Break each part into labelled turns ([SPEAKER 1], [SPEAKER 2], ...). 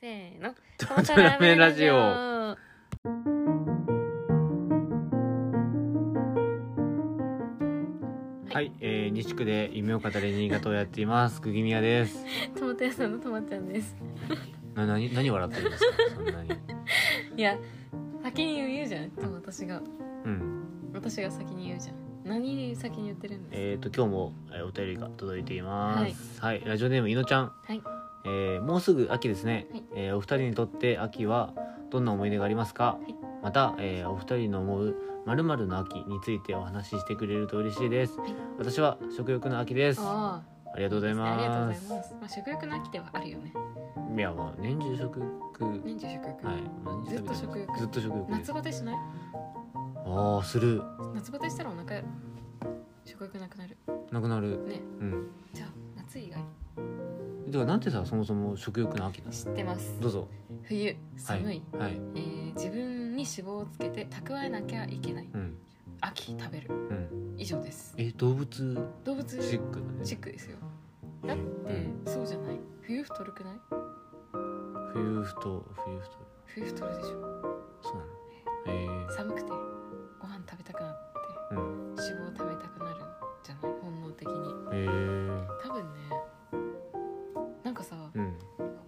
[SPEAKER 1] せー の。ト
[SPEAKER 2] マトラーメンラジオ
[SPEAKER 1] マ
[SPEAKER 2] はい、えー、西区で夢を語り新潟をやっています。くぎみやです。
[SPEAKER 1] トマト屋さんのトマちゃんです。
[SPEAKER 2] な、なに、何笑ってるんですか、そんなに。
[SPEAKER 1] いや、先に言うじゃん。いつも私が、
[SPEAKER 2] うん、
[SPEAKER 1] 私が先に言うじゃん。何先に言ってるんです
[SPEAKER 2] えっ、ー、と、今日も、えーお便りが届いています。はい、ラジオネームいのちゃん。
[SPEAKER 1] かはい。
[SPEAKER 2] えー、もうすぐ秋ですね。
[SPEAKER 1] はい
[SPEAKER 2] えーお二人にとって秋は、どんな思い出がありますか。
[SPEAKER 1] い
[SPEAKER 2] また、えーお二人の思う、まるまるの秋についてお話ししてくれると嬉しいです。
[SPEAKER 1] はい
[SPEAKER 2] 私は食欲の秋です。あ
[SPEAKER 1] あ
[SPEAKER 2] りがとうござい
[SPEAKER 1] あ、ありがとう
[SPEAKER 2] ま
[SPEAKER 1] ござ
[SPEAKER 2] す。
[SPEAKER 1] います。まあ、食欲の秋ではあるよね。
[SPEAKER 2] いや、まあ、年中食欲。
[SPEAKER 1] 年中食欲。
[SPEAKER 2] はい、毎日食べ
[SPEAKER 1] ず
[SPEAKER 2] てます
[SPEAKER 1] っと食欲
[SPEAKER 2] ずっと食欲です
[SPEAKER 1] 夏バテしない
[SPEAKER 2] ああする
[SPEAKER 1] 夏バテしたらお腹食欲なくなる。
[SPEAKER 2] なくなる
[SPEAKER 1] ね。
[SPEAKER 2] うん
[SPEAKER 1] じゃあ、夏以外。
[SPEAKER 2] てかなんてさそもそも食欲の秋なの
[SPEAKER 1] 知ってます。
[SPEAKER 2] どうぞ
[SPEAKER 1] 冬、
[SPEAKER 2] は
[SPEAKER 1] 寒
[SPEAKER 2] い
[SPEAKER 1] い、
[SPEAKER 2] はい
[SPEAKER 1] えー自分に脂肪をつけて蓄えなきゃいけない。
[SPEAKER 2] うん
[SPEAKER 1] 秋食べる。
[SPEAKER 2] うん
[SPEAKER 1] 以上です。
[SPEAKER 2] え動物チ
[SPEAKER 1] 動物チ
[SPEAKER 2] ックだね
[SPEAKER 1] ックですよだって、
[SPEAKER 2] うん
[SPEAKER 1] そうじゃない冬太るくない冬
[SPEAKER 2] 冬太冬太
[SPEAKER 1] 太るでしょ
[SPEAKER 2] そうなの
[SPEAKER 1] 寒くてご飯食べたくなって
[SPEAKER 2] えー、うん
[SPEAKER 1] 脂肪を食べたくなるんじゃない本能的に
[SPEAKER 2] えー、
[SPEAKER 1] 多分ねなんかさ
[SPEAKER 2] うん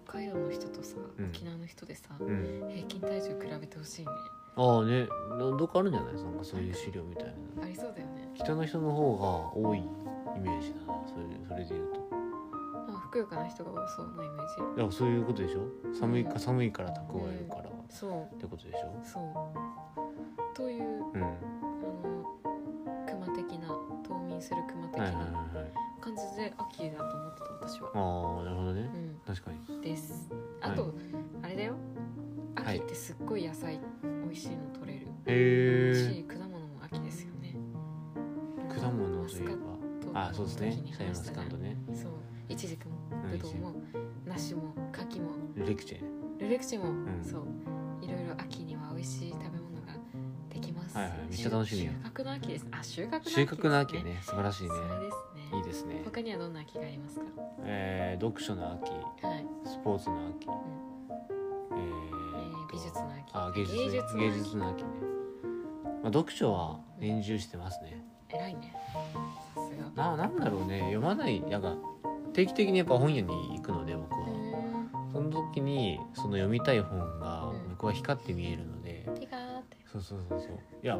[SPEAKER 1] 北海道の人とさ
[SPEAKER 2] うん
[SPEAKER 1] 沖縄の人でさ、
[SPEAKER 2] うん
[SPEAKER 1] 平均体重比べてほしいね
[SPEAKER 2] ああねなどっかあるんじゃないなんかそういう資料みたいな
[SPEAKER 1] ありそうだよね
[SPEAKER 2] 北の人の方が多いイメージだなそれそれで言う
[SPEAKER 1] な
[SPEAKER 2] と
[SPEAKER 1] んかふくよかな人が多そうなイメージ
[SPEAKER 2] いやそういうことでしょ寒いか寒いから蓄えるから、っ
[SPEAKER 1] そう
[SPEAKER 2] てことでしょ
[SPEAKER 1] そうという
[SPEAKER 2] うんは
[SPEAKER 1] あの熊的な冬眠する熊
[SPEAKER 2] い
[SPEAKER 1] 的
[SPEAKER 2] はいはい
[SPEAKER 1] な
[SPEAKER 2] はい
[SPEAKER 1] 感じで秋だと思ってた私は
[SPEAKER 2] ああなるほどね
[SPEAKER 1] う
[SPEAKER 2] 確かに
[SPEAKER 1] んです
[SPEAKER 2] はい
[SPEAKER 1] あと、あれだよ
[SPEAKER 2] はい
[SPEAKER 1] 秋ってすっごい野菜美味しいの取れる
[SPEAKER 2] へ
[SPEAKER 1] し果物も秋ですよね
[SPEAKER 2] え果物といえ
[SPEAKER 1] マ
[SPEAKER 2] ばあ
[SPEAKER 1] スカット
[SPEAKER 2] そうですね
[SPEAKER 1] の時に
[SPEAKER 2] シャインマ
[SPEAKER 1] 話し
[SPEAKER 2] ス
[SPEAKER 1] た
[SPEAKER 2] カ
[SPEAKER 1] ね
[SPEAKER 2] ットね
[SPEAKER 1] そういちじくも
[SPEAKER 2] ん
[SPEAKER 1] ぶどうも梨も柿も
[SPEAKER 2] レクチェ
[SPEAKER 1] ルレクチェも、
[SPEAKER 2] ん
[SPEAKER 1] そういろいろ秋には美味しい食べ物ができます
[SPEAKER 2] はいはいめっちゃ楽しみよ
[SPEAKER 1] 収穫の秋ですあ収穫の秋です、
[SPEAKER 2] 収穫の秋ね素晴らしいね
[SPEAKER 1] それですね
[SPEAKER 2] いいですね
[SPEAKER 1] 他にはどんな秋がありますか
[SPEAKER 2] えー読書の秋
[SPEAKER 1] はい、
[SPEAKER 2] スポーツの秋え
[SPEAKER 1] え
[SPEAKER 2] ー
[SPEAKER 1] ー、美術
[SPEAKER 2] と
[SPEAKER 1] の秋
[SPEAKER 2] あ芸術
[SPEAKER 1] 芸術の
[SPEAKER 2] 芸
[SPEAKER 1] 秋
[SPEAKER 2] 術の秋ねまあ読書は年中してますね
[SPEAKER 1] 偉いねさすが
[SPEAKER 2] ななんだろうね読まないなんか定期的にやっぱ本屋に行くので僕はその時にその読みたい本が
[SPEAKER 1] うん
[SPEAKER 2] 僕は光って見えるので
[SPEAKER 1] 手がーって
[SPEAKER 2] そうそうそうそういや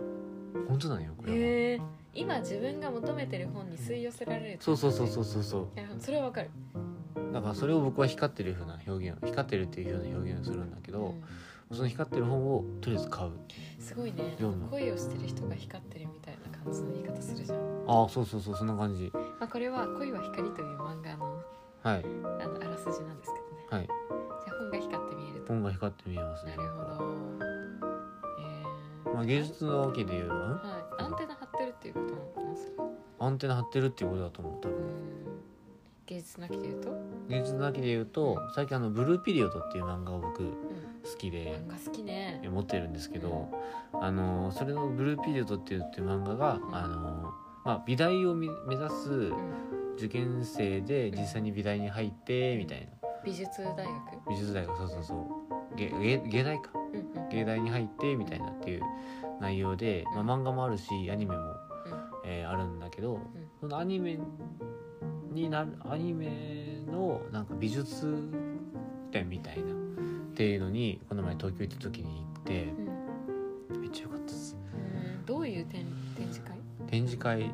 [SPEAKER 2] 本当なのよこれは、
[SPEAKER 1] へえ今自分が求めてる本に吸い寄せられる
[SPEAKER 2] そうそうそう
[SPEAKER 1] う
[SPEAKER 2] そうそうそう
[SPEAKER 1] それはわかる
[SPEAKER 2] だからそれを僕は光ってる風な表現を光ってるっていう風な表現をするんだけど、その光ってる本をとりあえず買う
[SPEAKER 1] うんすごいね
[SPEAKER 2] 読む
[SPEAKER 1] 恋をしてる人が光ってるみたいな感じの言い方するじゃん、
[SPEAKER 2] ああそうそうそうそんな感じ
[SPEAKER 1] まあ、これは「恋は光」という漫画の
[SPEAKER 2] はい
[SPEAKER 1] あのあらすじなんですけどね
[SPEAKER 2] はい
[SPEAKER 1] じゃあ本が光って見えると
[SPEAKER 2] 本が光って見えます
[SPEAKER 1] な
[SPEAKER 2] ね
[SPEAKER 1] るほどえー
[SPEAKER 2] まあ、芸術のわけで言うば
[SPEAKER 1] はいアンテナ張ってるっていうことなのかなそれ
[SPEAKER 2] アンテナ張ってるっていうことだと思う多
[SPEAKER 1] う
[SPEAKER 2] 分
[SPEAKER 1] ん芸術なきで言うと、う
[SPEAKER 2] 芸術のわけで言うと最近あの「ブルーピリオド」っていう漫画を僕好
[SPEAKER 1] ん、
[SPEAKER 2] きで
[SPEAKER 1] 漫画好きね
[SPEAKER 2] 持ってるんですけどあのそれの「ブルーピリオド」っていうっていう漫画があの、まあ、美大をみ目指す
[SPEAKER 1] うん
[SPEAKER 2] 受験生で実際に美大に入ってみたいな
[SPEAKER 1] 美術大学
[SPEAKER 2] 美術大学そうそうそう芸芸芸大か
[SPEAKER 1] うんうん
[SPEAKER 2] 芸大に入ってみたいなっていう内容で、まあ、漫画もあるしアニメも、
[SPEAKER 1] うん
[SPEAKER 2] えーあるんだけどそのアニメになるアニメのなんか美術展みたいなっていうのにこの前東京行った時に行って
[SPEAKER 1] うん
[SPEAKER 2] めっちゃ良かったです
[SPEAKER 1] うんどういう展展示会
[SPEAKER 2] 展示会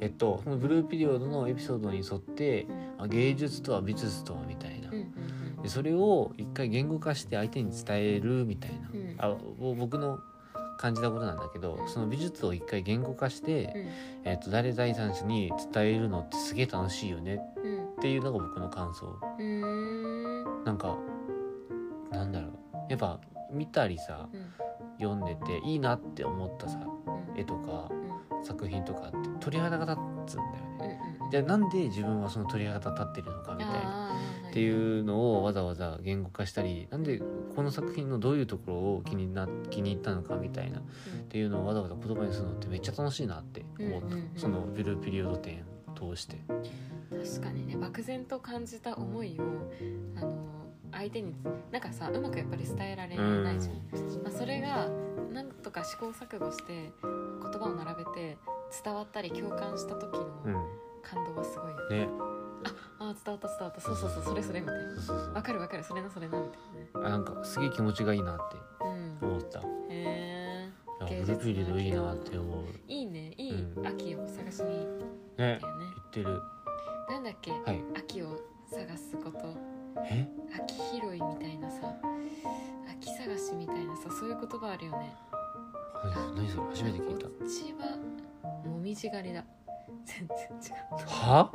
[SPEAKER 2] えっとそのブルーピリオドのエピソードに沿ってあ芸術とは美術とはみたいな
[SPEAKER 1] うん
[SPEAKER 2] でそれを一回言語化して相手に伝えるみたいな、
[SPEAKER 1] うん
[SPEAKER 2] あぼ僕の感じたことなんだけどその美術を一回言語化して、えっと誰第三者に伝えるのってすげえ楽しいよね
[SPEAKER 1] うんうん
[SPEAKER 2] っていうのが僕の感想
[SPEAKER 1] うんうん
[SPEAKER 2] なんかなんだろうやっぱ見たりさ
[SPEAKER 1] うん
[SPEAKER 2] 読んでていいなって思ったさ
[SPEAKER 1] うん
[SPEAKER 2] 絵とか
[SPEAKER 1] うん
[SPEAKER 2] 作品とかって鳥肌が立つんだよ
[SPEAKER 1] うん
[SPEAKER 2] ね。
[SPEAKER 1] うん
[SPEAKER 2] じゃあなんで自分はその鳥肌立ってるのかみたい
[SPEAKER 1] あ
[SPEAKER 2] な
[SPEAKER 1] ー
[SPEAKER 2] っていうのをわざわざ言語化したりなんでこの作品のどういうところを気にな気に入ったのかみたいなっていうのをわざわざ言葉にするのってめっちゃ楽しいなって思った、
[SPEAKER 1] うんうんうん
[SPEAKER 2] そのブルーピリオド展を通して。
[SPEAKER 1] 確かにね漠然と感じた思いをあの相手になんかさうまくやっぱり伝えられないじゃん、まあ、それがなんとか試行錯誤して言葉を並べて伝わったり共感した時
[SPEAKER 2] うん
[SPEAKER 1] の感動はすごいよ、ね
[SPEAKER 2] ね
[SPEAKER 1] ああ伝わった伝わったそうそうそうそれそれみたい
[SPEAKER 2] そう
[SPEAKER 1] な
[SPEAKER 2] そう
[SPEAKER 1] わかるわかるそれなそれなみた
[SPEAKER 2] そうあなんかすげえ気持ちがいいなって
[SPEAKER 1] いなね
[SPEAKER 2] 思ったい
[SPEAKER 1] うんへえ
[SPEAKER 2] や
[SPEAKER 1] 芸
[SPEAKER 2] グル
[SPEAKER 1] 術
[SPEAKER 2] ープ入れるといいなって思うね
[SPEAKER 1] いいねいい
[SPEAKER 2] うん
[SPEAKER 1] 秋を探しに行っ
[SPEAKER 2] 言
[SPEAKER 1] たよね、
[SPEAKER 2] ってる
[SPEAKER 1] なんだっけ
[SPEAKER 2] はい
[SPEAKER 1] 秋を探すこと
[SPEAKER 2] え
[SPEAKER 1] 秋拾いみたいなさ秋探しみたいなさそういう言葉あるよね
[SPEAKER 2] 何何それ初めて聞いた
[SPEAKER 1] こっちはもみじ狩りだ全然
[SPEAKER 2] は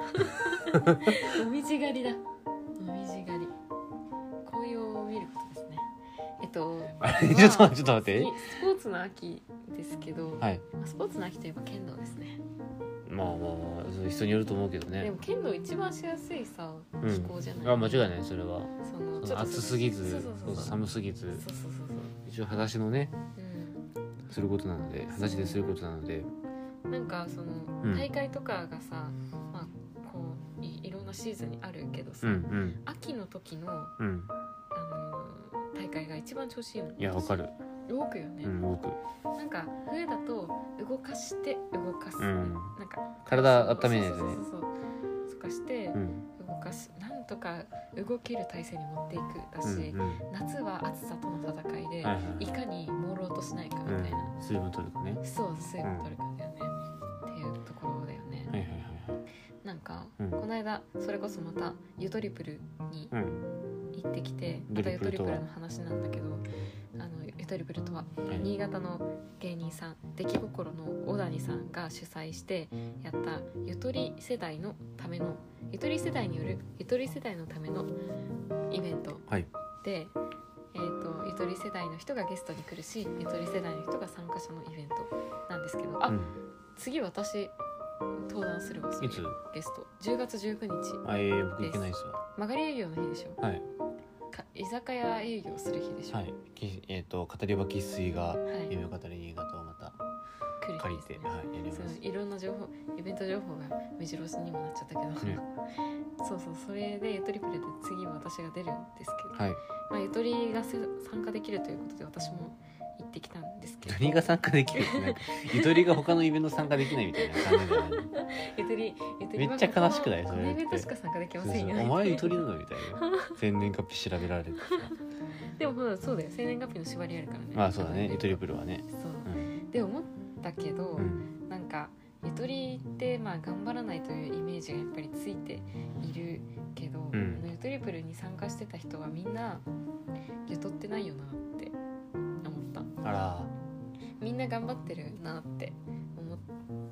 [SPEAKER 1] 違うもみじ狩りだもみじ狩り紅葉を見ることですねえっと
[SPEAKER 2] あれ ちょっと待ってちょっと待って
[SPEAKER 1] 次スポーツの秋ですけど、
[SPEAKER 2] はい
[SPEAKER 1] まあスポーツの秋といえば剣道ですね
[SPEAKER 2] まあまあまあその人によると思うけど
[SPEAKER 1] で
[SPEAKER 2] ね
[SPEAKER 1] も剣道一番しやすいさ
[SPEAKER 2] うん
[SPEAKER 1] 気候じゃない、
[SPEAKER 2] あ間違いないそれは
[SPEAKER 1] その
[SPEAKER 2] その暑すぎず
[SPEAKER 1] そうそうそうそう
[SPEAKER 2] 寒すぎ
[SPEAKER 1] そう
[SPEAKER 2] ず
[SPEAKER 1] そうそうそう
[SPEAKER 2] 一応裸足のね
[SPEAKER 1] うん
[SPEAKER 2] することなので裸足ですることなので
[SPEAKER 1] なんかそ
[SPEAKER 2] うん
[SPEAKER 1] の大会とかがさ、まあ、こういいろんなシーズンにあるけどさ、
[SPEAKER 2] うん
[SPEAKER 1] 秋の時の、あ
[SPEAKER 2] うんうん
[SPEAKER 1] のー大会が一番調子いいよね
[SPEAKER 2] いやわかる
[SPEAKER 1] 動くよね、
[SPEAKER 2] うん動く
[SPEAKER 1] なんか冬だと動かして動かす、
[SPEAKER 2] うん
[SPEAKER 1] なんか
[SPEAKER 2] 体温めないと
[SPEAKER 1] そう
[SPEAKER 2] ね
[SPEAKER 1] そうそうそうとかして
[SPEAKER 2] うん
[SPEAKER 1] 動かすなんとか動ける体勢に持っていくだ
[SPEAKER 2] うん
[SPEAKER 1] し、
[SPEAKER 2] うん
[SPEAKER 1] 夏は暑さとの戦いで、
[SPEAKER 2] はいはい
[SPEAKER 1] いかに朦朧としないかみたいな、
[SPEAKER 2] うん水分取るかね
[SPEAKER 1] そう水分取るかだよね、っていうところだよね、
[SPEAKER 2] はいはい
[SPEAKER 1] なんか、
[SPEAKER 2] うん
[SPEAKER 1] この間それこそまたゆとりプルに
[SPEAKER 2] はいはいうん
[SPEAKER 1] 行ってきてまた
[SPEAKER 2] ゆと
[SPEAKER 1] ゆ
[SPEAKER 2] り
[SPEAKER 1] とり
[SPEAKER 2] プ
[SPEAKER 1] プ
[SPEAKER 2] ルとは
[SPEAKER 1] ルの話なんだけどあのゆとりプルとは
[SPEAKER 2] はい
[SPEAKER 1] 新潟の芸人さん出来心の小谷さんが主催してやったゆとり世代のためのゆとり世代によるゆとり世代のためのイベント
[SPEAKER 2] はい
[SPEAKER 1] で、えー、とゆとり世代の人がゲストに来るしゆとり世代の人が参加者のイベントなんですけどあ、
[SPEAKER 2] うん
[SPEAKER 1] 次私登壇するわそうい
[SPEAKER 2] いうつ
[SPEAKER 1] ゲスト10月19日
[SPEAKER 2] あえー僕行けないっすわ
[SPEAKER 1] 曲がり営業の日でしょ
[SPEAKER 2] はい
[SPEAKER 1] か居酒屋営業する日でしょ
[SPEAKER 2] はいきえっと語り場喫水が
[SPEAKER 1] はい
[SPEAKER 2] 夢を語り新潟をまた
[SPEAKER 1] 来る
[SPEAKER 2] 借り
[SPEAKER 1] 日で
[SPEAKER 2] て
[SPEAKER 1] すね
[SPEAKER 2] はいやりま
[SPEAKER 1] そ
[SPEAKER 2] す
[SPEAKER 1] ういろんな情報イベント情報が目白押しにもなっちゃったけど、
[SPEAKER 2] ね
[SPEAKER 1] そうそうそれでゆとりプレで次は私が出るんですけど、
[SPEAKER 2] はい
[SPEAKER 1] まあ、ゆとりがせ参加できるということで私も行ってきたんですけど
[SPEAKER 2] 何が参加できるってなんかゆとりが他のイベント参加できないみたいな感じじゃない
[SPEAKER 1] ゆとりゆとり
[SPEAKER 2] めっちゃ悲しくない
[SPEAKER 1] そ
[SPEAKER 2] そ
[SPEAKER 1] れ
[SPEAKER 2] れ
[SPEAKER 1] イベントしか参加できま
[SPEAKER 2] そう
[SPEAKER 1] せんよ
[SPEAKER 2] そうお前ゆとりなのみたいな全年月日調べられてさ
[SPEAKER 1] でもほらそうだよ生年月日の縛りあるからね
[SPEAKER 2] まあそうだねゆとりプルはね
[SPEAKER 1] そう
[SPEAKER 2] うん
[SPEAKER 1] で思ったけど、
[SPEAKER 2] うん
[SPEAKER 1] なんかゆとりってまあ頑張らないというイメージがやっぱりついているけど、
[SPEAKER 2] うん
[SPEAKER 1] あのゆとりプルに参加してた人はみんなゆとってないよなって思った
[SPEAKER 2] あら
[SPEAKER 1] みんな頑張ってるなって思っ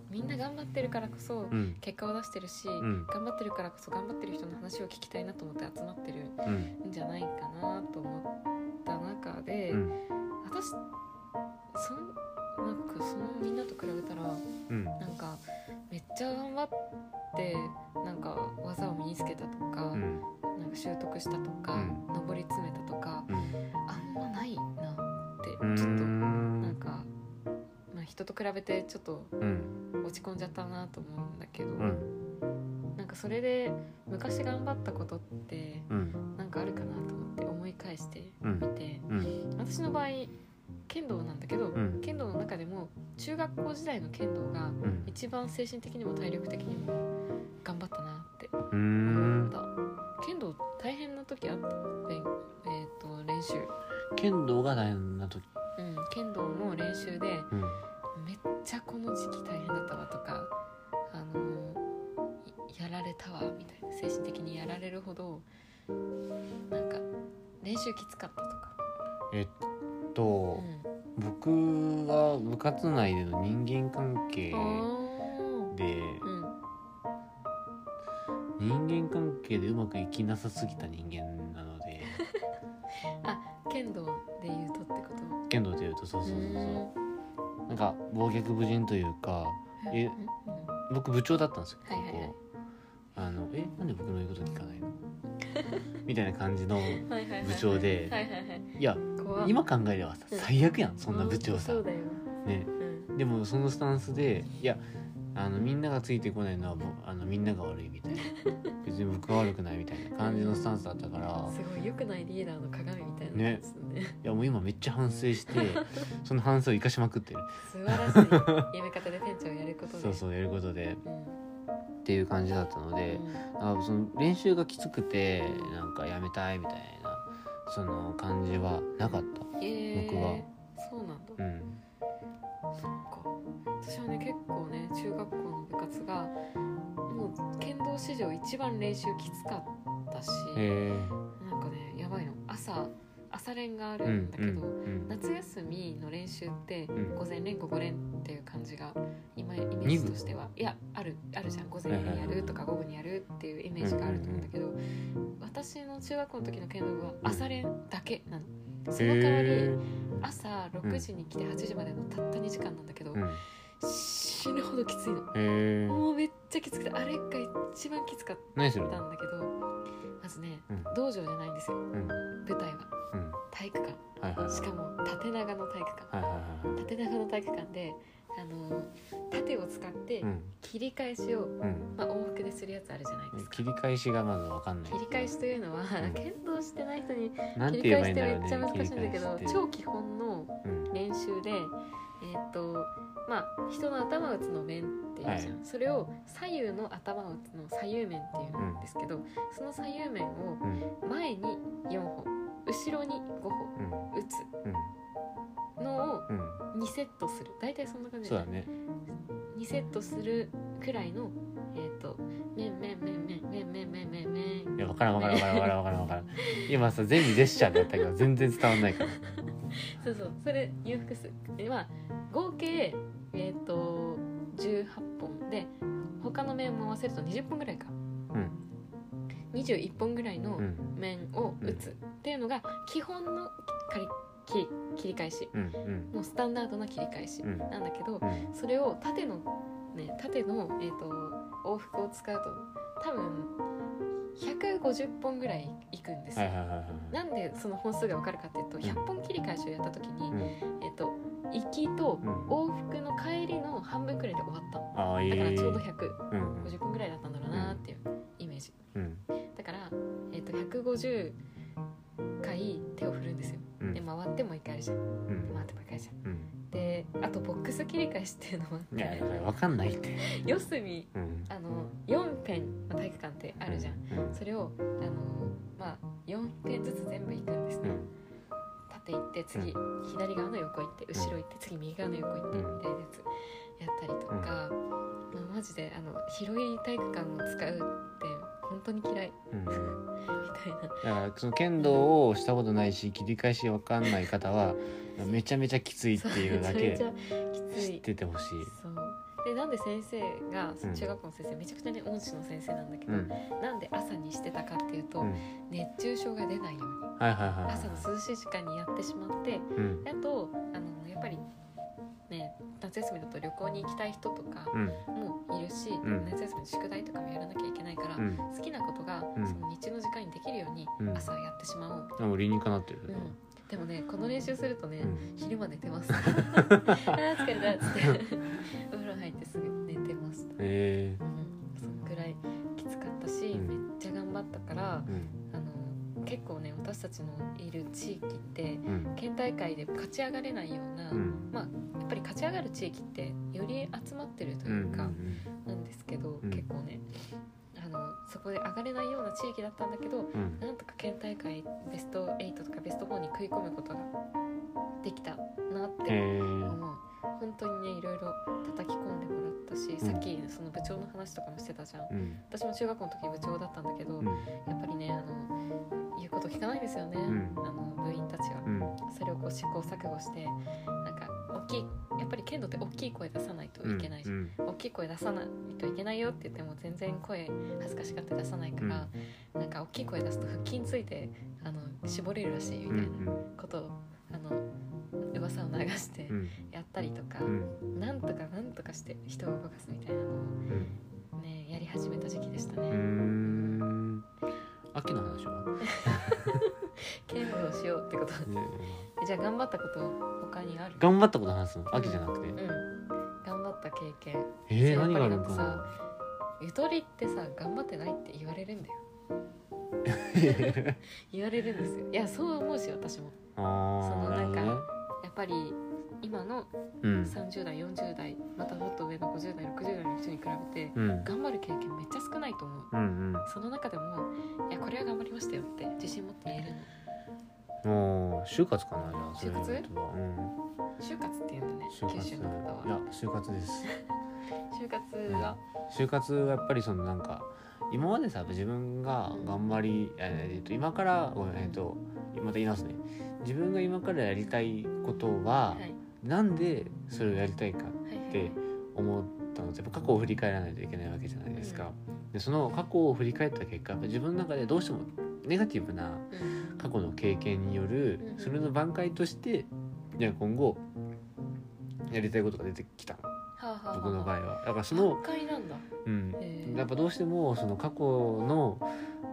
[SPEAKER 1] みんな頑張ってるからこそ
[SPEAKER 2] うん
[SPEAKER 1] 結果を出してるし、
[SPEAKER 2] ん
[SPEAKER 1] 頑張ってるからこそ頑張ってる人の話を聞きたいなと思って集まってる
[SPEAKER 2] うん
[SPEAKER 1] んじゃないかなと思った中で、
[SPEAKER 2] うん
[SPEAKER 1] 私そんなんかそのみんなと比べたら
[SPEAKER 2] うん
[SPEAKER 1] なんかめっちゃ頑張ってなんか技を身につけたとか,、
[SPEAKER 2] うん
[SPEAKER 1] なんか習得したとか、
[SPEAKER 2] うん
[SPEAKER 1] 上り詰めたとか
[SPEAKER 2] うん
[SPEAKER 1] あんまないなって
[SPEAKER 2] うーん
[SPEAKER 1] ちょっとなんか、まあ、人と比べてちょっと
[SPEAKER 2] うん
[SPEAKER 1] 落ち込んじゃったなと思うんだけど、
[SPEAKER 2] うん
[SPEAKER 1] なんかそれで昔頑張ったことって
[SPEAKER 2] うん
[SPEAKER 1] なんかあるかなと思って思い返して
[SPEAKER 2] うん
[SPEAKER 1] みて
[SPEAKER 2] うん
[SPEAKER 1] 私の場合剣道なんだけど、
[SPEAKER 2] ん
[SPEAKER 1] 剣道の中でも中学校時代の剣道が
[SPEAKER 2] うん
[SPEAKER 1] 一番精神的にも体力的にも頑張ったなって
[SPEAKER 2] うー
[SPEAKER 1] 思っ
[SPEAKER 2] ん
[SPEAKER 1] た、剣道大変な時あった練,、えー、と練習、
[SPEAKER 2] 剣道が大変な時
[SPEAKER 1] うん、剣道の練習で
[SPEAKER 2] うん
[SPEAKER 1] めっちゃこの時期大変だったわとかあのーいやられたわみたいな精神的にやられるほどなんか練習きつかったとか、
[SPEAKER 2] えっと
[SPEAKER 1] う
[SPEAKER 2] 僕は部活内での人間関係
[SPEAKER 1] ん、あ
[SPEAKER 2] で
[SPEAKER 1] ーうん
[SPEAKER 2] 人間関係でうまくいきなさすぎた人間なの で
[SPEAKER 1] 剣道で言うとってこと
[SPEAKER 2] 剣道でいうとそうそうそうそうなんか暴虐無人というか
[SPEAKER 1] うん
[SPEAKER 2] え
[SPEAKER 1] うんうん
[SPEAKER 2] 僕部長だったんですよ
[SPEAKER 1] はいはいはい
[SPEAKER 2] ここあのえなんで僕の言うこと聞かないの みたいな感じのい
[SPEAKER 1] はいはいはいはい
[SPEAKER 2] 部長で
[SPEAKER 1] はいはいはい
[SPEAKER 2] や
[SPEAKER 1] 怖っ
[SPEAKER 2] 今考えればさ
[SPEAKER 1] うん
[SPEAKER 2] 最悪やんそんな部長さ
[SPEAKER 1] そうだよ、
[SPEAKER 2] ね
[SPEAKER 1] うん
[SPEAKER 2] でもそのスタンスでいやああのみんながついてこないのはぼあのみんなが悪いみたい な別に僕は悪くないみたいな感じのスタンスだったから
[SPEAKER 1] すごい良くないリーダーの鏡みたいな
[SPEAKER 2] ね
[SPEAKER 1] やつね
[SPEAKER 2] いやもう今めっちゃ反省してその反省を生かしまくってる
[SPEAKER 1] 素晴らしいやめ方で店長をやることで
[SPEAKER 2] そうそうやることで
[SPEAKER 1] うん
[SPEAKER 2] っていう感じだったの
[SPEAKER 1] う
[SPEAKER 2] で
[SPEAKER 1] ん
[SPEAKER 2] なんかその練習がきつくてなんかやめたいみたいなその感じはなかっ
[SPEAKER 1] えー
[SPEAKER 2] 僕は
[SPEAKER 1] そうなんだ
[SPEAKER 2] たうん
[SPEAKER 1] そっか私はね結構ね中学校の部活がもう剣道史上一番練習きつかったし
[SPEAKER 2] へえ
[SPEAKER 1] なんかねやばいの朝朝練があ
[SPEAKER 2] う
[SPEAKER 1] るん
[SPEAKER 2] ん
[SPEAKER 1] だ
[SPEAKER 2] う
[SPEAKER 1] け
[SPEAKER 2] ん
[SPEAKER 1] ど、
[SPEAKER 2] うん
[SPEAKER 1] 夏休みの練習って
[SPEAKER 2] ん
[SPEAKER 1] 午前練午後練っていう感じが今イメージとしてはいやあるあるじゃん午前
[SPEAKER 2] はい
[SPEAKER 1] に
[SPEAKER 2] は
[SPEAKER 1] や
[SPEAKER 2] いはい
[SPEAKER 1] るとか午後にやるっていうイメージがあると思うんだけど私の中学校の時の剣道部は朝練だけなの。その代わり
[SPEAKER 2] へ
[SPEAKER 1] 朝6時に来て8時までのたった2時間なんだけど
[SPEAKER 2] ーうん
[SPEAKER 1] 死ぬほどきついの
[SPEAKER 2] へえ
[SPEAKER 1] もうめっちゃきつくてあれが一番きつかっ
[SPEAKER 2] 何す
[SPEAKER 1] た
[SPEAKER 2] る
[SPEAKER 1] ん
[SPEAKER 2] の
[SPEAKER 1] だけどまずね
[SPEAKER 2] うん
[SPEAKER 1] 道場じゃないんですよ
[SPEAKER 2] うん
[SPEAKER 1] 舞台は
[SPEAKER 2] うん
[SPEAKER 1] 体育館
[SPEAKER 2] はいはいはい
[SPEAKER 1] しかも縦長の体育館
[SPEAKER 2] はいはいはいはい
[SPEAKER 1] 縦長の体育館であの縦を使って
[SPEAKER 2] うん
[SPEAKER 1] 切り返しを、
[SPEAKER 2] うん
[SPEAKER 1] まあ、往復でするやつあるじゃないですか
[SPEAKER 2] 切り返しがまずわかんない
[SPEAKER 1] 切り返しというの は
[SPEAKER 2] ん
[SPEAKER 1] 剣道してない人に
[SPEAKER 2] なん
[SPEAKER 1] 切
[SPEAKER 2] て
[SPEAKER 1] り
[SPEAKER 2] 言え
[SPEAKER 1] 返
[SPEAKER 2] ばい
[SPEAKER 1] し
[SPEAKER 2] い
[SPEAKER 1] っ
[SPEAKER 2] んだ
[SPEAKER 1] て
[SPEAKER 2] ろ
[SPEAKER 1] め
[SPEAKER 2] うね
[SPEAKER 1] っちゃ難しいんだけど、
[SPEAKER 2] 切り返しって
[SPEAKER 1] 超基本の
[SPEAKER 2] うん
[SPEAKER 1] 練習でえーっとまあ人の頭を打つの面っていうじゃん、
[SPEAKER 2] は
[SPEAKER 1] それを左右の頭を打つのを左右面っていうんですけど、その左右面を
[SPEAKER 2] うん
[SPEAKER 1] 前に4本後ろに5本
[SPEAKER 2] うん
[SPEAKER 1] 打つ
[SPEAKER 2] うん
[SPEAKER 1] のを
[SPEAKER 2] うん
[SPEAKER 1] 2セットする大体そんな感じ
[SPEAKER 2] そう
[SPEAKER 1] だ
[SPEAKER 2] だね
[SPEAKER 1] 2セットするくらいのえっ、とめんめんめんめんめんめんめんめんめん
[SPEAKER 2] いやわからんわからんわからんわからんわからんわからん今さ全部ジェスチャーだったけど全然伝わんない から
[SPEAKER 1] そうそうそれ裕福数まあ合計えっ、と18本で他の面も合わせると20本ぐらいか
[SPEAKER 2] うん
[SPEAKER 1] 21本ぐらいの
[SPEAKER 2] うん
[SPEAKER 1] 面を打つっていうのが基本のかり切り切り返し
[SPEAKER 2] うんうん
[SPEAKER 1] もうスタンダードな切り返し
[SPEAKER 2] うん
[SPEAKER 1] なんだけど
[SPEAKER 2] うん
[SPEAKER 1] それを縦のね縦の、えー、と往復を使うと多分150本ぐらいいくんです
[SPEAKER 2] は
[SPEAKER 1] よ、
[SPEAKER 2] いはいはいはい
[SPEAKER 1] な
[SPEAKER 2] はい
[SPEAKER 1] んでその本数が分かるかっていうと100本切り返しをやった時に、
[SPEAKER 2] うん
[SPEAKER 1] えっ、と行きと
[SPEAKER 2] うん
[SPEAKER 1] 往復の帰りの半分くらいで終わったの
[SPEAKER 2] ああいい
[SPEAKER 1] だからちょうど
[SPEAKER 2] うん
[SPEAKER 1] 150本ぐらいだったんだろうなっていうイメージ
[SPEAKER 2] うん
[SPEAKER 1] だから、えー、と150回手を振るんですよ
[SPEAKER 2] うん
[SPEAKER 1] で回ってもう一回あるじゃん
[SPEAKER 2] う
[SPEAKER 1] 回っ
[SPEAKER 2] ん
[SPEAKER 1] てもう一回あるじゃん
[SPEAKER 2] うん
[SPEAKER 1] であとボックス切り返しっていうのもあっ
[SPEAKER 2] いや
[SPEAKER 1] て
[SPEAKER 2] だからわかんないって
[SPEAKER 1] 四隅
[SPEAKER 2] うん
[SPEAKER 1] あの4辺の体育館ってあるじゃん、
[SPEAKER 2] うん
[SPEAKER 1] それをあのまあ4辺ずつ全部行くんですね、
[SPEAKER 2] うん
[SPEAKER 1] 縦行って次左側の横行って後ろ行って次右側の横行ってみ
[SPEAKER 2] うん
[SPEAKER 1] たいなやつやったりとか、まあ、マジであの広い体育館を使うって本当に嫌い
[SPEAKER 2] うんう ん
[SPEAKER 1] みたいな
[SPEAKER 2] だからその剣道をしたことないし切り返しわかんない方はめちゃめちゃきついっていうだけ
[SPEAKER 1] そうめちゃめちゃきつ
[SPEAKER 2] 知
[SPEAKER 1] い
[SPEAKER 2] っててほしい
[SPEAKER 1] そうでなんで先生が
[SPEAKER 2] うん
[SPEAKER 1] 中学校の先生めちゃくちゃね恩師の先生なんだけ
[SPEAKER 2] う
[SPEAKER 1] ど、
[SPEAKER 2] ん
[SPEAKER 1] なんで朝にしてたかっていうと、
[SPEAKER 2] うん
[SPEAKER 1] 熱中症が出ないように
[SPEAKER 2] はいはいはいはい
[SPEAKER 1] 朝の涼しい時間にやってしまって
[SPEAKER 2] うん
[SPEAKER 1] あとあのやっぱりね夏休みだと旅行に行きたい人とか
[SPEAKER 2] うん
[SPEAKER 1] もいるし、
[SPEAKER 2] ん
[SPEAKER 1] 夏休みの宿題とかもやらなきゃいけないから、
[SPEAKER 2] うん
[SPEAKER 1] 好きなことが
[SPEAKER 2] うん
[SPEAKER 1] その日中の時間にできるように
[SPEAKER 2] うん
[SPEAKER 1] 朝やってしまおう、
[SPEAKER 2] でも理にかなってる
[SPEAKER 1] うんでもねこの練習するとね、
[SPEAKER 2] うん
[SPEAKER 1] 昼まで寝て ますあー疲れたっつってお風呂入ってすぐ寝てました、
[SPEAKER 2] へ
[SPEAKER 1] うん、そのくらいきつかったし、
[SPEAKER 2] うん
[SPEAKER 1] めっちゃ頑張ったから
[SPEAKER 2] えうん
[SPEAKER 1] あの結構ね私たちのいる地域って
[SPEAKER 2] うん
[SPEAKER 1] 県大会で勝ち上がれないような、
[SPEAKER 2] うん
[SPEAKER 1] やっぱり勝ち上がる地域ってより集まってると
[SPEAKER 2] う
[SPEAKER 1] いうんか、なんですけど、
[SPEAKER 2] うん
[SPEAKER 1] 結構ねあのそこで上がれないような地域だったんだけど
[SPEAKER 2] うん
[SPEAKER 1] なんとか県大会ベスト8とかベスト4に食い込むことができたなっ
[SPEAKER 2] へ
[SPEAKER 1] て
[SPEAKER 2] え
[SPEAKER 1] 思う、本当にねいろいろ叩き込んでもらったし、
[SPEAKER 2] ん
[SPEAKER 1] さっきその部長の話とかもしてたじゃん
[SPEAKER 2] うん
[SPEAKER 1] 私も中学校の時部長だったんだけど、
[SPEAKER 2] うん
[SPEAKER 1] やっぱりねあの言うこと聞かないですよね、
[SPEAKER 2] ん
[SPEAKER 1] あの部員たちは。
[SPEAKER 2] うん
[SPEAKER 1] それをこう試行錯誤してなんか大きいやっぱり剣道って大きい声出さないといけないじゃん、
[SPEAKER 2] うん
[SPEAKER 1] 大きい声出さないといけないよって言っても全然声恥ずかしがって出さないから、なんか大きい声出すと腹筋ついてあの絞れるらしいみた
[SPEAKER 2] うん
[SPEAKER 1] いなことを、あの噂を流して
[SPEAKER 2] うんうん
[SPEAKER 1] やったりとか
[SPEAKER 2] う、ん
[SPEAKER 1] なんとかなんとかして人を動かすみたいなのをねやり始めた時期でしたね、
[SPEAKER 2] うんうん秋の話は
[SPEAKER 1] 剣道をしようってこと
[SPEAKER 2] ね
[SPEAKER 1] じゃあ頑張ったこと他にある
[SPEAKER 2] 頑張ったこと話すの秋じゃなくて
[SPEAKER 1] うん頑張っった経験
[SPEAKER 2] えー、
[SPEAKER 1] そう
[SPEAKER 2] 何があ
[SPEAKER 1] や
[SPEAKER 2] る
[SPEAKER 1] っ
[SPEAKER 2] の
[SPEAKER 1] ぱり
[SPEAKER 2] か
[SPEAKER 1] なんか
[SPEAKER 2] な
[SPEAKER 1] ゆとりってさ頑張ってないって言われるん だよ言われるんですよいやそう思うし私もそ
[SPEAKER 2] あ
[SPEAKER 1] の
[SPEAKER 2] あな
[SPEAKER 1] な
[SPEAKER 2] る
[SPEAKER 1] ん
[SPEAKER 2] ほ
[SPEAKER 1] か
[SPEAKER 2] どね
[SPEAKER 1] やっぱり今の
[SPEAKER 2] うん
[SPEAKER 1] 30代40代またもっと上の50代60代の人に比べて
[SPEAKER 2] うん
[SPEAKER 1] 頑張る経験めっちゃ少ないと思う
[SPEAKER 2] うん
[SPEAKER 1] その中でも「いやこれは頑張りましたよ」って自信持って言えるの
[SPEAKER 2] うんもう就活かなじゃあそ
[SPEAKER 1] 就活
[SPEAKER 2] れで言うとはうん
[SPEAKER 1] 就活っていうんだね
[SPEAKER 2] 就
[SPEAKER 1] 九
[SPEAKER 2] 活
[SPEAKER 1] 州
[SPEAKER 2] い
[SPEAKER 1] の方
[SPEAKER 2] や
[SPEAKER 1] は
[SPEAKER 2] 就活です
[SPEAKER 1] 就活は
[SPEAKER 2] 就活はやっぱりそのなんか今までさ自分が頑張り、えーえっと今からごめんえっとまた言い直すね自分が今からやりたいことは、
[SPEAKER 1] はい
[SPEAKER 2] なんでそれをやりたい
[SPEAKER 1] は
[SPEAKER 2] か
[SPEAKER 1] いはい
[SPEAKER 2] って思ったのってやっぱ過去を振り返らないといけないわけじゃないですか。でその過去を振り返った結果やっぱ自分の中でどうしてもネガティブ
[SPEAKER 1] う
[SPEAKER 2] な
[SPEAKER 1] ん
[SPEAKER 2] 過去の経験による
[SPEAKER 1] うん
[SPEAKER 2] それの挽回としていや今後やりたいことが出てきた
[SPEAKER 1] はあはあはあ
[SPEAKER 2] 僕の場合は。だからそ
[SPEAKER 1] 段
[SPEAKER 2] の、
[SPEAKER 1] 階なんだ
[SPEAKER 2] う
[SPEAKER 1] へ
[SPEAKER 2] ん、
[SPEAKER 1] え
[SPEAKER 2] やっぱどうしてもその過去の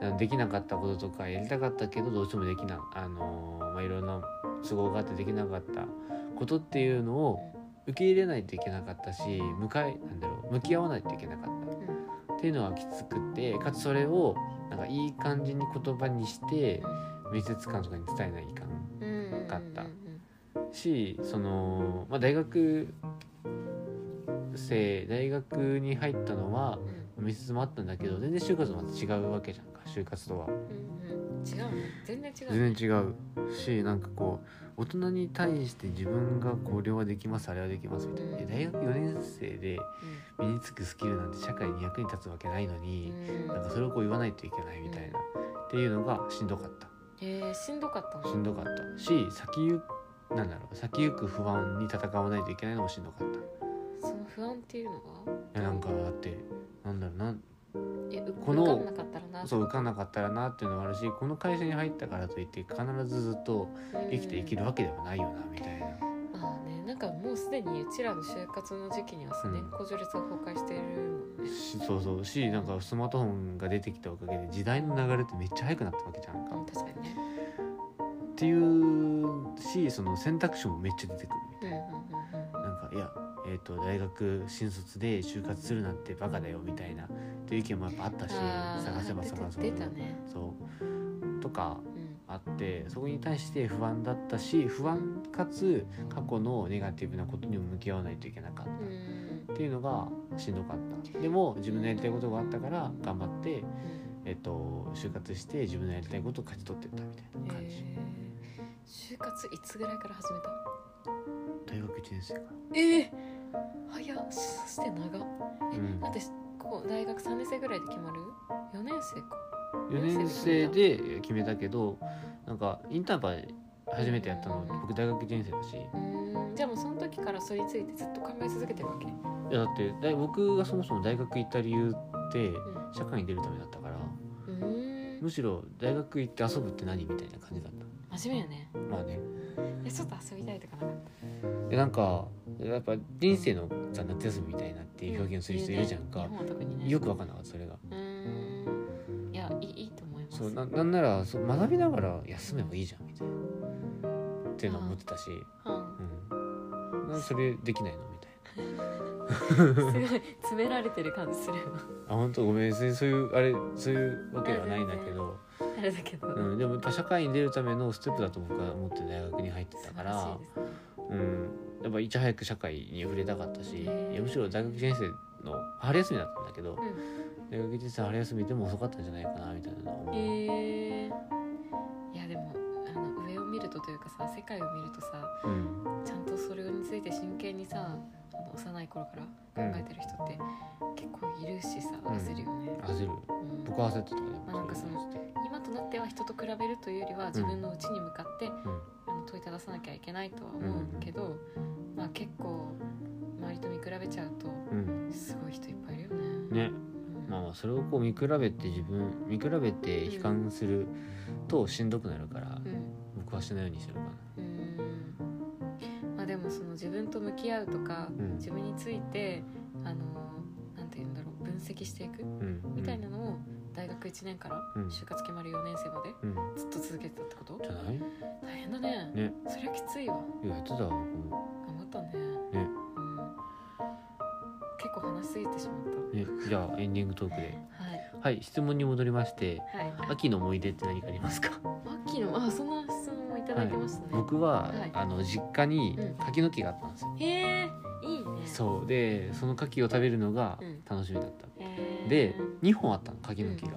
[SPEAKER 2] あのできなかったこととかやりたかったけどどうしてもできない、あのーまあ、いろんな都合があってできなかったことっていうのを受け入れないといけなかったし向かいなんだろう向き合わないといけなかった
[SPEAKER 1] うんうん
[SPEAKER 2] っていうのはきつくてかつそれをなんかいい感じに言葉にして面接官とかに伝えないかん
[SPEAKER 1] うんうん
[SPEAKER 2] かった
[SPEAKER 1] うんうん
[SPEAKER 2] しその、まあ、大学生大学に入ったのは面接もあったんだけど全然就活とまた違うわけじゃんか就活とは
[SPEAKER 1] うんうん違うね全然違うね
[SPEAKER 2] 全然違うしなんかこう大人に対して自分がこれはできますあれはできますみたいな
[SPEAKER 1] うん
[SPEAKER 2] いや大学4年生で身につくスキルなんて社会に役に立つわけないの
[SPEAKER 1] う
[SPEAKER 2] に
[SPEAKER 1] ん
[SPEAKER 2] なんかそれをこう言わないといけないみたいなっていうのがしんどかった
[SPEAKER 1] えーしんどかった
[SPEAKER 2] しんどかったし先行なんだろう先行く不安に戦わないといけないのもしんどかっ
[SPEAKER 1] その不安っていうのは
[SPEAKER 2] たいやなんかだってなんだろうなん
[SPEAKER 1] えう
[SPEAKER 2] この
[SPEAKER 1] 受かんなかったらな
[SPEAKER 2] そう受かんなかったらなっていうのもあるしこの会社に入ったからといって必ずずっと生きていけるわけではないよなみたいな
[SPEAKER 1] うんまあねなんかもうすでにうちらの就活の時期にはすでに
[SPEAKER 2] うん
[SPEAKER 1] こ序列が崩壊しているもんね
[SPEAKER 2] しそうそうしなんかスマートフォンが出てきたおかげで時代の流れってめっちゃ早くなったわけじゃんか
[SPEAKER 1] う
[SPEAKER 2] っ
[SPEAKER 1] ん確かにね
[SPEAKER 2] ていうしその選択肢もめっちゃ出てくるみ
[SPEAKER 1] う
[SPEAKER 2] た
[SPEAKER 1] ん
[SPEAKER 2] い
[SPEAKER 1] うん
[SPEAKER 2] な,、なんかいやえー、と大学新卒で就活するなんてバカだよみたいなっていう意見もやっぱあったし
[SPEAKER 1] うんうんあー
[SPEAKER 2] 探せば探せば
[SPEAKER 1] 出て出たね
[SPEAKER 2] そうとか
[SPEAKER 1] うん
[SPEAKER 2] あってそこに対して不安だったし不安かつ過去のネガティブなことにも向き合わないといけなかった、
[SPEAKER 1] うんうん
[SPEAKER 2] っていうのがしんどかったでも自分のやりたいことがあったから頑張って、えっと、就活して自分のやりたいことを勝ち取ってったみたいな感じ、
[SPEAKER 1] えー就活いつぐらいから始めた
[SPEAKER 2] 大学1年生から
[SPEAKER 1] ええ早っそして長っえ、
[SPEAKER 2] うん
[SPEAKER 1] 待ってここ大学3年生ぐらいで決まる4年生か
[SPEAKER 2] 4年生で決めたけどなんかインターバイ初めてやったの僕大学1年生だしいう
[SPEAKER 1] ーんじゃあもうその時からそれについてずっと考え続けてるわけうん
[SPEAKER 2] やだってだい僕がそもそも大学行った理由って社会に出るためだったから
[SPEAKER 1] うーん
[SPEAKER 2] むしろ大学行って遊ぶって何みたいな感じだっ
[SPEAKER 1] 真面目よね
[SPEAKER 2] たまあね
[SPEAKER 1] えちょっと遊びたいとかなかっ
[SPEAKER 2] でなんかやっぱ人生のさ夏休みみたいなって
[SPEAKER 1] て
[SPEAKER 2] いう表現をする人いるじゃん
[SPEAKER 1] 日
[SPEAKER 2] か
[SPEAKER 1] 本は特にね
[SPEAKER 2] よく分かんなかったそれが
[SPEAKER 1] うーんいやいいいいと思います
[SPEAKER 2] そうななんならそう学びながら休めばいいじゃんみたいなっていうのは思ってたし、
[SPEAKER 1] うん
[SPEAKER 2] うん、なんでそれできないのみたい
[SPEAKER 1] すごい詰められてる感じするわ
[SPEAKER 2] なあ本当ごめん別にそういうあれそういうわけではないんだけど、
[SPEAKER 1] あれだけど、
[SPEAKER 2] うん、でもやっぱ社会に出るためのステップだと僕は思って大学に入って
[SPEAKER 1] 素
[SPEAKER 2] た
[SPEAKER 1] 晴
[SPEAKER 2] から
[SPEAKER 1] し
[SPEAKER 2] ら
[SPEAKER 1] いですね
[SPEAKER 2] うん、やっぱいち早く社会に触れたかったし
[SPEAKER 1] うん
[SPEAKER 2] いやむしろ大学1年生の春休みだったんだけど、
[SPEAKER 1] うん
[SPEAKER 2] 大学1年生の春休みでも遅かったんじゃないかなみたいなのは思う、
[SPEAKER 1] えーいやでもあの上を見るとというかさ世界を見るとさ
[SPEAKER 2] うん
[SPEAKER 1] ちゃんとそれについて真剣にさあの幼い頃から考えてる人って結構いるしさ
[SPEAKER 2] ん
[SPEAKER 1] 焦るよね、
[SPEAKER 2] 焦る
[SPEAKER 1] うん
[SPEAKER 2] 僕は焦ってたね
[SPEAKER 1] まあなんかその今となっては人と比べるというよりは自分の内に向かって、
[SPEAKER 2] うん
[SPEAKER 1] あの問いたださなきゃいけないとは思うけど、まあ結構周りと見比べちゃうと
[SPEAKER 2] うん
[SPEAKER 1] すごい人いっぱいいるよね。
[SPEAKER 2] ね
[SPEAKER 1] うん
[SPEAKER 2] まあそれをこう見比べて自分見比べて悲観するとしんどくなるから
[SPEAKER 1] うん
[SPEAKER 2] 僕はしないようにしてるかな
[SPEAKER 1] うんまあでもその自分と向き合うとか、
[SPEAKER 2] うん
[SPEAKER 1] 自分についてあのなんて言うんだろう分析していく
[SPEAKER 2] うん
[SPEAKER 1] みたいなのを大学1年から
[SPEAKER 2] うん
[SPEAKER 1] 就活決まる4年生まで
[SPEAKER 2] うん
[SPEAKER 1] ずっと続けてたってこと
[SPEAKER 2] じゃない
[SPEAKER 1] 大変だね
[SPEAKER 2] ね
[SPEAKER 1] そりゃきついわ
[SPEAKER 2] いややってたわ僕も
[SPEAKER 1] 頑張ったね
[SPEAKER 2] ね
[SPEAKER 1] うん過ぎてしまっ
[SPEAKER 2] ね、じゃあエンディングトークで
[SPEAKER 1] たはい
[SPEAKER 2] はい質問に戻りまして
[SPEAKER 1] はい
[SPEAKER 2] 秋の思い出って何かありますか
[SPEAKER 1] 秋のあそんな質問もいただきましたね、
[SPEAKER 2] 僕は、
[SPEAKER 1] はい
[SPEAKER 2] あの実家に
[SPEAKER 1] うん
[SPEAKER 2] 柿の木があったんですよ、
[SPEAKER 1] へえいいね
[SPEAKER 2] そうでその柿を食べるのが
[SPEAKER 1] うん
[SPEAKER 2] 楽しみだった、
[SPEAKER 1] へー
[SPEAKER 2] で2本あったの柿の木が、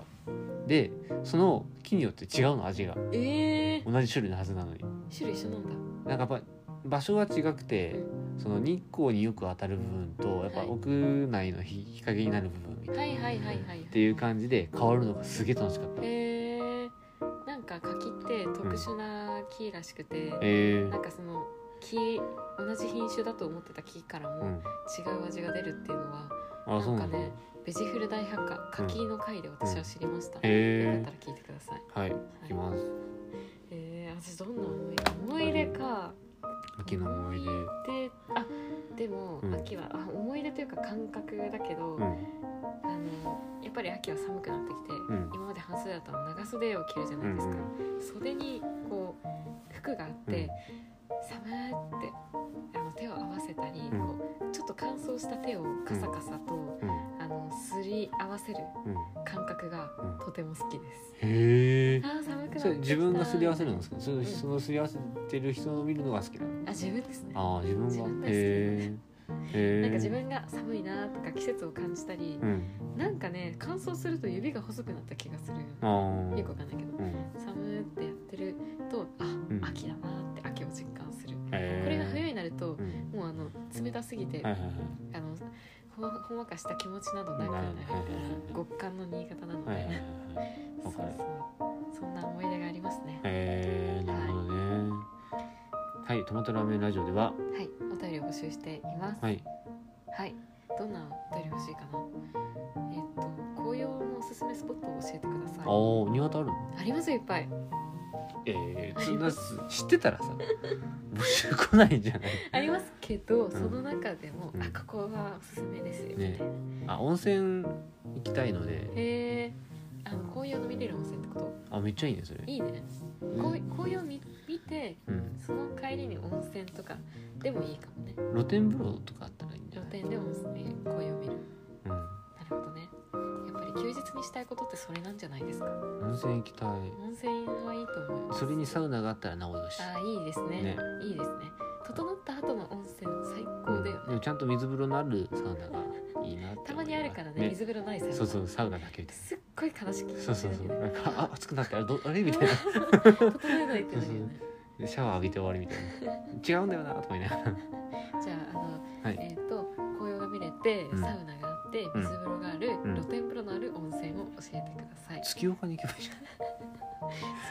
[SPEAKER 2] でその木によって違うの味が
[SPEAKER 1] ええ
[SPEAKER 2] 同じ種類のはずなのに
[SPEAKER 1] 種類一緒なんだ
[SPEAKER 2] なんかやっぱ場所は違くてその日光によく当たる部分とやっぱ
[SPEAKER 1] はい
[SPEAKER 2] 屋内の日日陰になる部分みたいな、
[SPEAKER 1] はいはいはいはい
[SPEAKER 2] っていう感じで変わるのがすげえ楽しかった、
[SPEAKER 1] へえなんか柿って特殊な木らしくて、
[SPEAKER 2] え
[SPEAKER 1] なんかその木同じ品種だと思ってた木から
[SPEAKER 2] う
[SPEAKER 1] も
[SPEAKER 2] ん、
[SPEAKER 1] 違う味が出るっていうのは、
[SPEAKER 2] あそう
[SPEAKER 1] な
[SPEAKER 2] なんん
[SPEAKER 1] か
[SPEAKER 2] だ、
[SPEAKER 1] ねベジフル大百科柿の回で私は知りました、よかっ
[SPEAKER 2] え
[SPEAKER 1] たら聞いてください、
[SPEAKER 2] はい行き
[SPEAKER 1] はい、
[SPEAKER 2] ます
[SPEAKER 1] えー、私どんな思い出思い出か
[SPEAKER 2] 秋の思い出
[SPEAKER 1] であでも、
[SPEAKER 2] うん
[SPEAKER 1] 秋はあ思い出というか感覚だけど、
[SPEAKER 2] うん
[SPEAKER 1] あのやっぱり秋は寒くなってきて、
[SPEAKER 2] ん
[SPEAKER 1] 今まで半袖だったら長袖を着るじゃ
[SPEAKER 2] う
[SPEAKER 1] ない
[SPEAKER 2] ん
[SPEAKER 1] です
[SPEAKER 2] う
[SPEAKER 1] か、
[SPEAKER 2] ん
[SPEAKER 1] 袖にこう服があって、寒ーってあの手を合わせたり、
[SPEAKER 2] うん
[SPEAKER 1] こうちょっと乾燥した手をカサカサと、
[SPEAKER 2] うん
[SPEAKER 1] あのすり合わせる
[SPEAKER 2] うん
[SPEAKER 1] 感覚が
[SPEAKER 2] うん
[SPEAKER 1] とても好きです、
[SPEAKER 2] へえ
[SPEAKER 1] あー寒くなってき
[SPEAKER 2] そ
[SPEAKER 1] た
[SPEAKER 2] れ自分がすり合わせるんですすかその
[SPEAKER 1] ん
[SPEAKER 2] そのすり合わせてる人を見るのが好きなの
[SPEAKER 1] あ自分ですね
[SPEAKER 2] ああ自分
[SPEAKER 1] 自
[SPEAKER 2] が
[SPEAKER 1] 分が好き
[SPEAKER 2] へえへえ
[SPEAKER 1] なんか自分が寒いなとか季節を感じたり、
[SPEAKER 2] うん
[SPEAKER 1] なんかね乾燥すると指が細くなった気がする
[SPEAKER 2] ああ
[SPEAKER 1] よくわかんないけど
[SPEAKER 2] うん
[SPEAKER 1] 寒ーってやってるとあ、
[SPEAKER 2] うん
[SPEAKER 1] 秋だなーって秋を実感する
[SPEAKER 2] へえ
[SPEAKER 1] これが冬になると
[SPEAKER 2] うん
[SPEAKER 1] もうあの冷たすぎて、
[SPEAKER 2] はいはいはい
[SPEAKER 1] あのほわほんわかした気持ちなどなくなる
[SPEAKER 2] はいはいはいはい
[SPEAKER 1] 極寒の新潟なので、
[SPEAKER 2] はいはいはいはい
[SPEAKER 1] そ
[SPEAKER 2] わ
[SPEAKER 1] う
[SPEAKER 2] かる
[SPEAKER 1] そうそんな思い出がありますね
[SPEAKER 2] へえなるほどねはいトマトラーメンラジオで
[SPEAKER 1] は
[SPEAKER 2] は
[SPEAKER 1] いお便りを募集しています
[SPEAKER 2] はい
[SPEAKER 1] はいどんなお便り欲しいかなえっ、と紅葉のおすすめスポットを教えてください
[SPEAKER 2] おお新潟あるの
[SPEAKER 1] ありますよいっぱい
[SPEAKER 2] ええそんなす知ってたらさ募集来ないんじゃない
[SPEAKER 1] ありますけどその中でも、
[SPEAKER 2] うん
[SPEAKER 1] あここはおすすめですよみたい
[SPEAKER 2] ね
[SPEAKER 1] な、
[SPEAKER 2] あ温泉行きたいので
[SPEAKER 1] へえあの紅葉の見れる温泉ってこ
[SPEAKER 2] あめっちゃいいねそれ
[SPEAKER 1] といいね、紅紅葉見見て
[SPEAKER 2] うん、
[SPEAKER 1] その帰りに温泉とかでもいいかもね
[SPEAKER 2] 露天風呂とかあったらいいんじゃ
[SPEAKER 1] 露
[SPEAKER 2] な
[SPEAKER 1] 天
[SPEAKER 2] い、
[SPEAKER 1] で温泉紅葉見る
[SPEAKER 2] う
[SPEAKER 1] なるほどねやっぱり休日にしたいことってそれなんじゃないですか
[SPEAKER 2] ん、温泉行きたい
[SPEAKER 1] 温泉はいいと思います
[SPEAKER 2] それにサウナがあったらなおよし
[SPEAKER 1] あいいですね
[SPEAKER 2] ね
[SPEAKER 1] いいですね整った後の温泉最高だよね、
[SPEAKER 2] でもちゃんと水風呂のあるサウナがいいなって思います
[SPEAKER 1] たまにあるからね水風呂ないさ
[SPEAKER 2] そうそうサウナだけみたい
[SPEAKER 1] すっごい悲しき
[SPEAKER 2] な
[SPEAKER 1] 気
[SPEAKER 2] そう
[SPEAKER 1] 持ち
[SPEAKER 2] そう
[SPEAKER 1] だ
[SPEAKER 2] そう
[SPEAKER 1] け
[SPEAKER 2] な
[SPEAKER 1] ど
[SPEAKER 2] んかあ暑くなってあれどあれみ たいな
[SPEAKER 1] 整えないってなるよね
[SPEAKER 2] でシャワー浴びて終わりみたいな違うんだよなとか言いながら
[SPEAKER 1] じゃああの、
[SPEAKER 2] はい
[SPEAKER 1] えっ、と紅葉が見れて、
[SPEAKER 2] うん
[SPEAKER 1] サウナがあって
[SPEAKER 2] ん
[SPEAKER 1] 水風呂がある、
[SPEAKER 2] うん
[SPEAKER 1] 露天風呂のある温泉を教えてください。
[SPEAKER 2] 月岡に行けばいいじ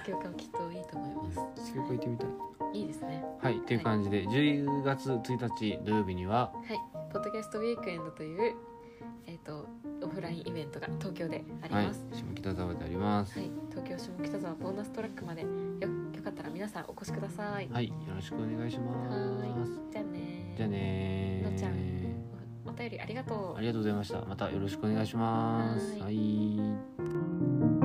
[SPEAKER 1] 月岡はきっといいと思い
[SPEAKER 2] ゃ
[SPEAKER 1] ま
[SPEAKER 2] ん月岡行ってみたい
[SPEAKER 1] す。いいですね。
[SPEAKER 2] はいっていう感じで10月1日土曜日には
[SPEAKER 1] はい、ポッドキャストウィークエンドというえっ、とオフラインイベントが東京であり
[SPEAKER 2] はい
[SPEAKER 1] ます。
[SPEAKER 2] 下北沢であります
[SPEAKER 1] はい、東京下北沢ボーナストラックまでよよかったら皆さんお越しください。
[SPEAKER 2] はいよろしくお願いしま
[SPEAKER 1] は
[SPEAKER 2] す
[SPEAKER 1] いじゃあね。
[SPEAKER 2] じゃあ。ねー
[SPEAKER 1] のっちゃんお便りありがとう
[SPEAKER 2] あ。りがとうございました。またよろしくお願いします。
[SPEAKER 1] は
[SPEAKER 2] はい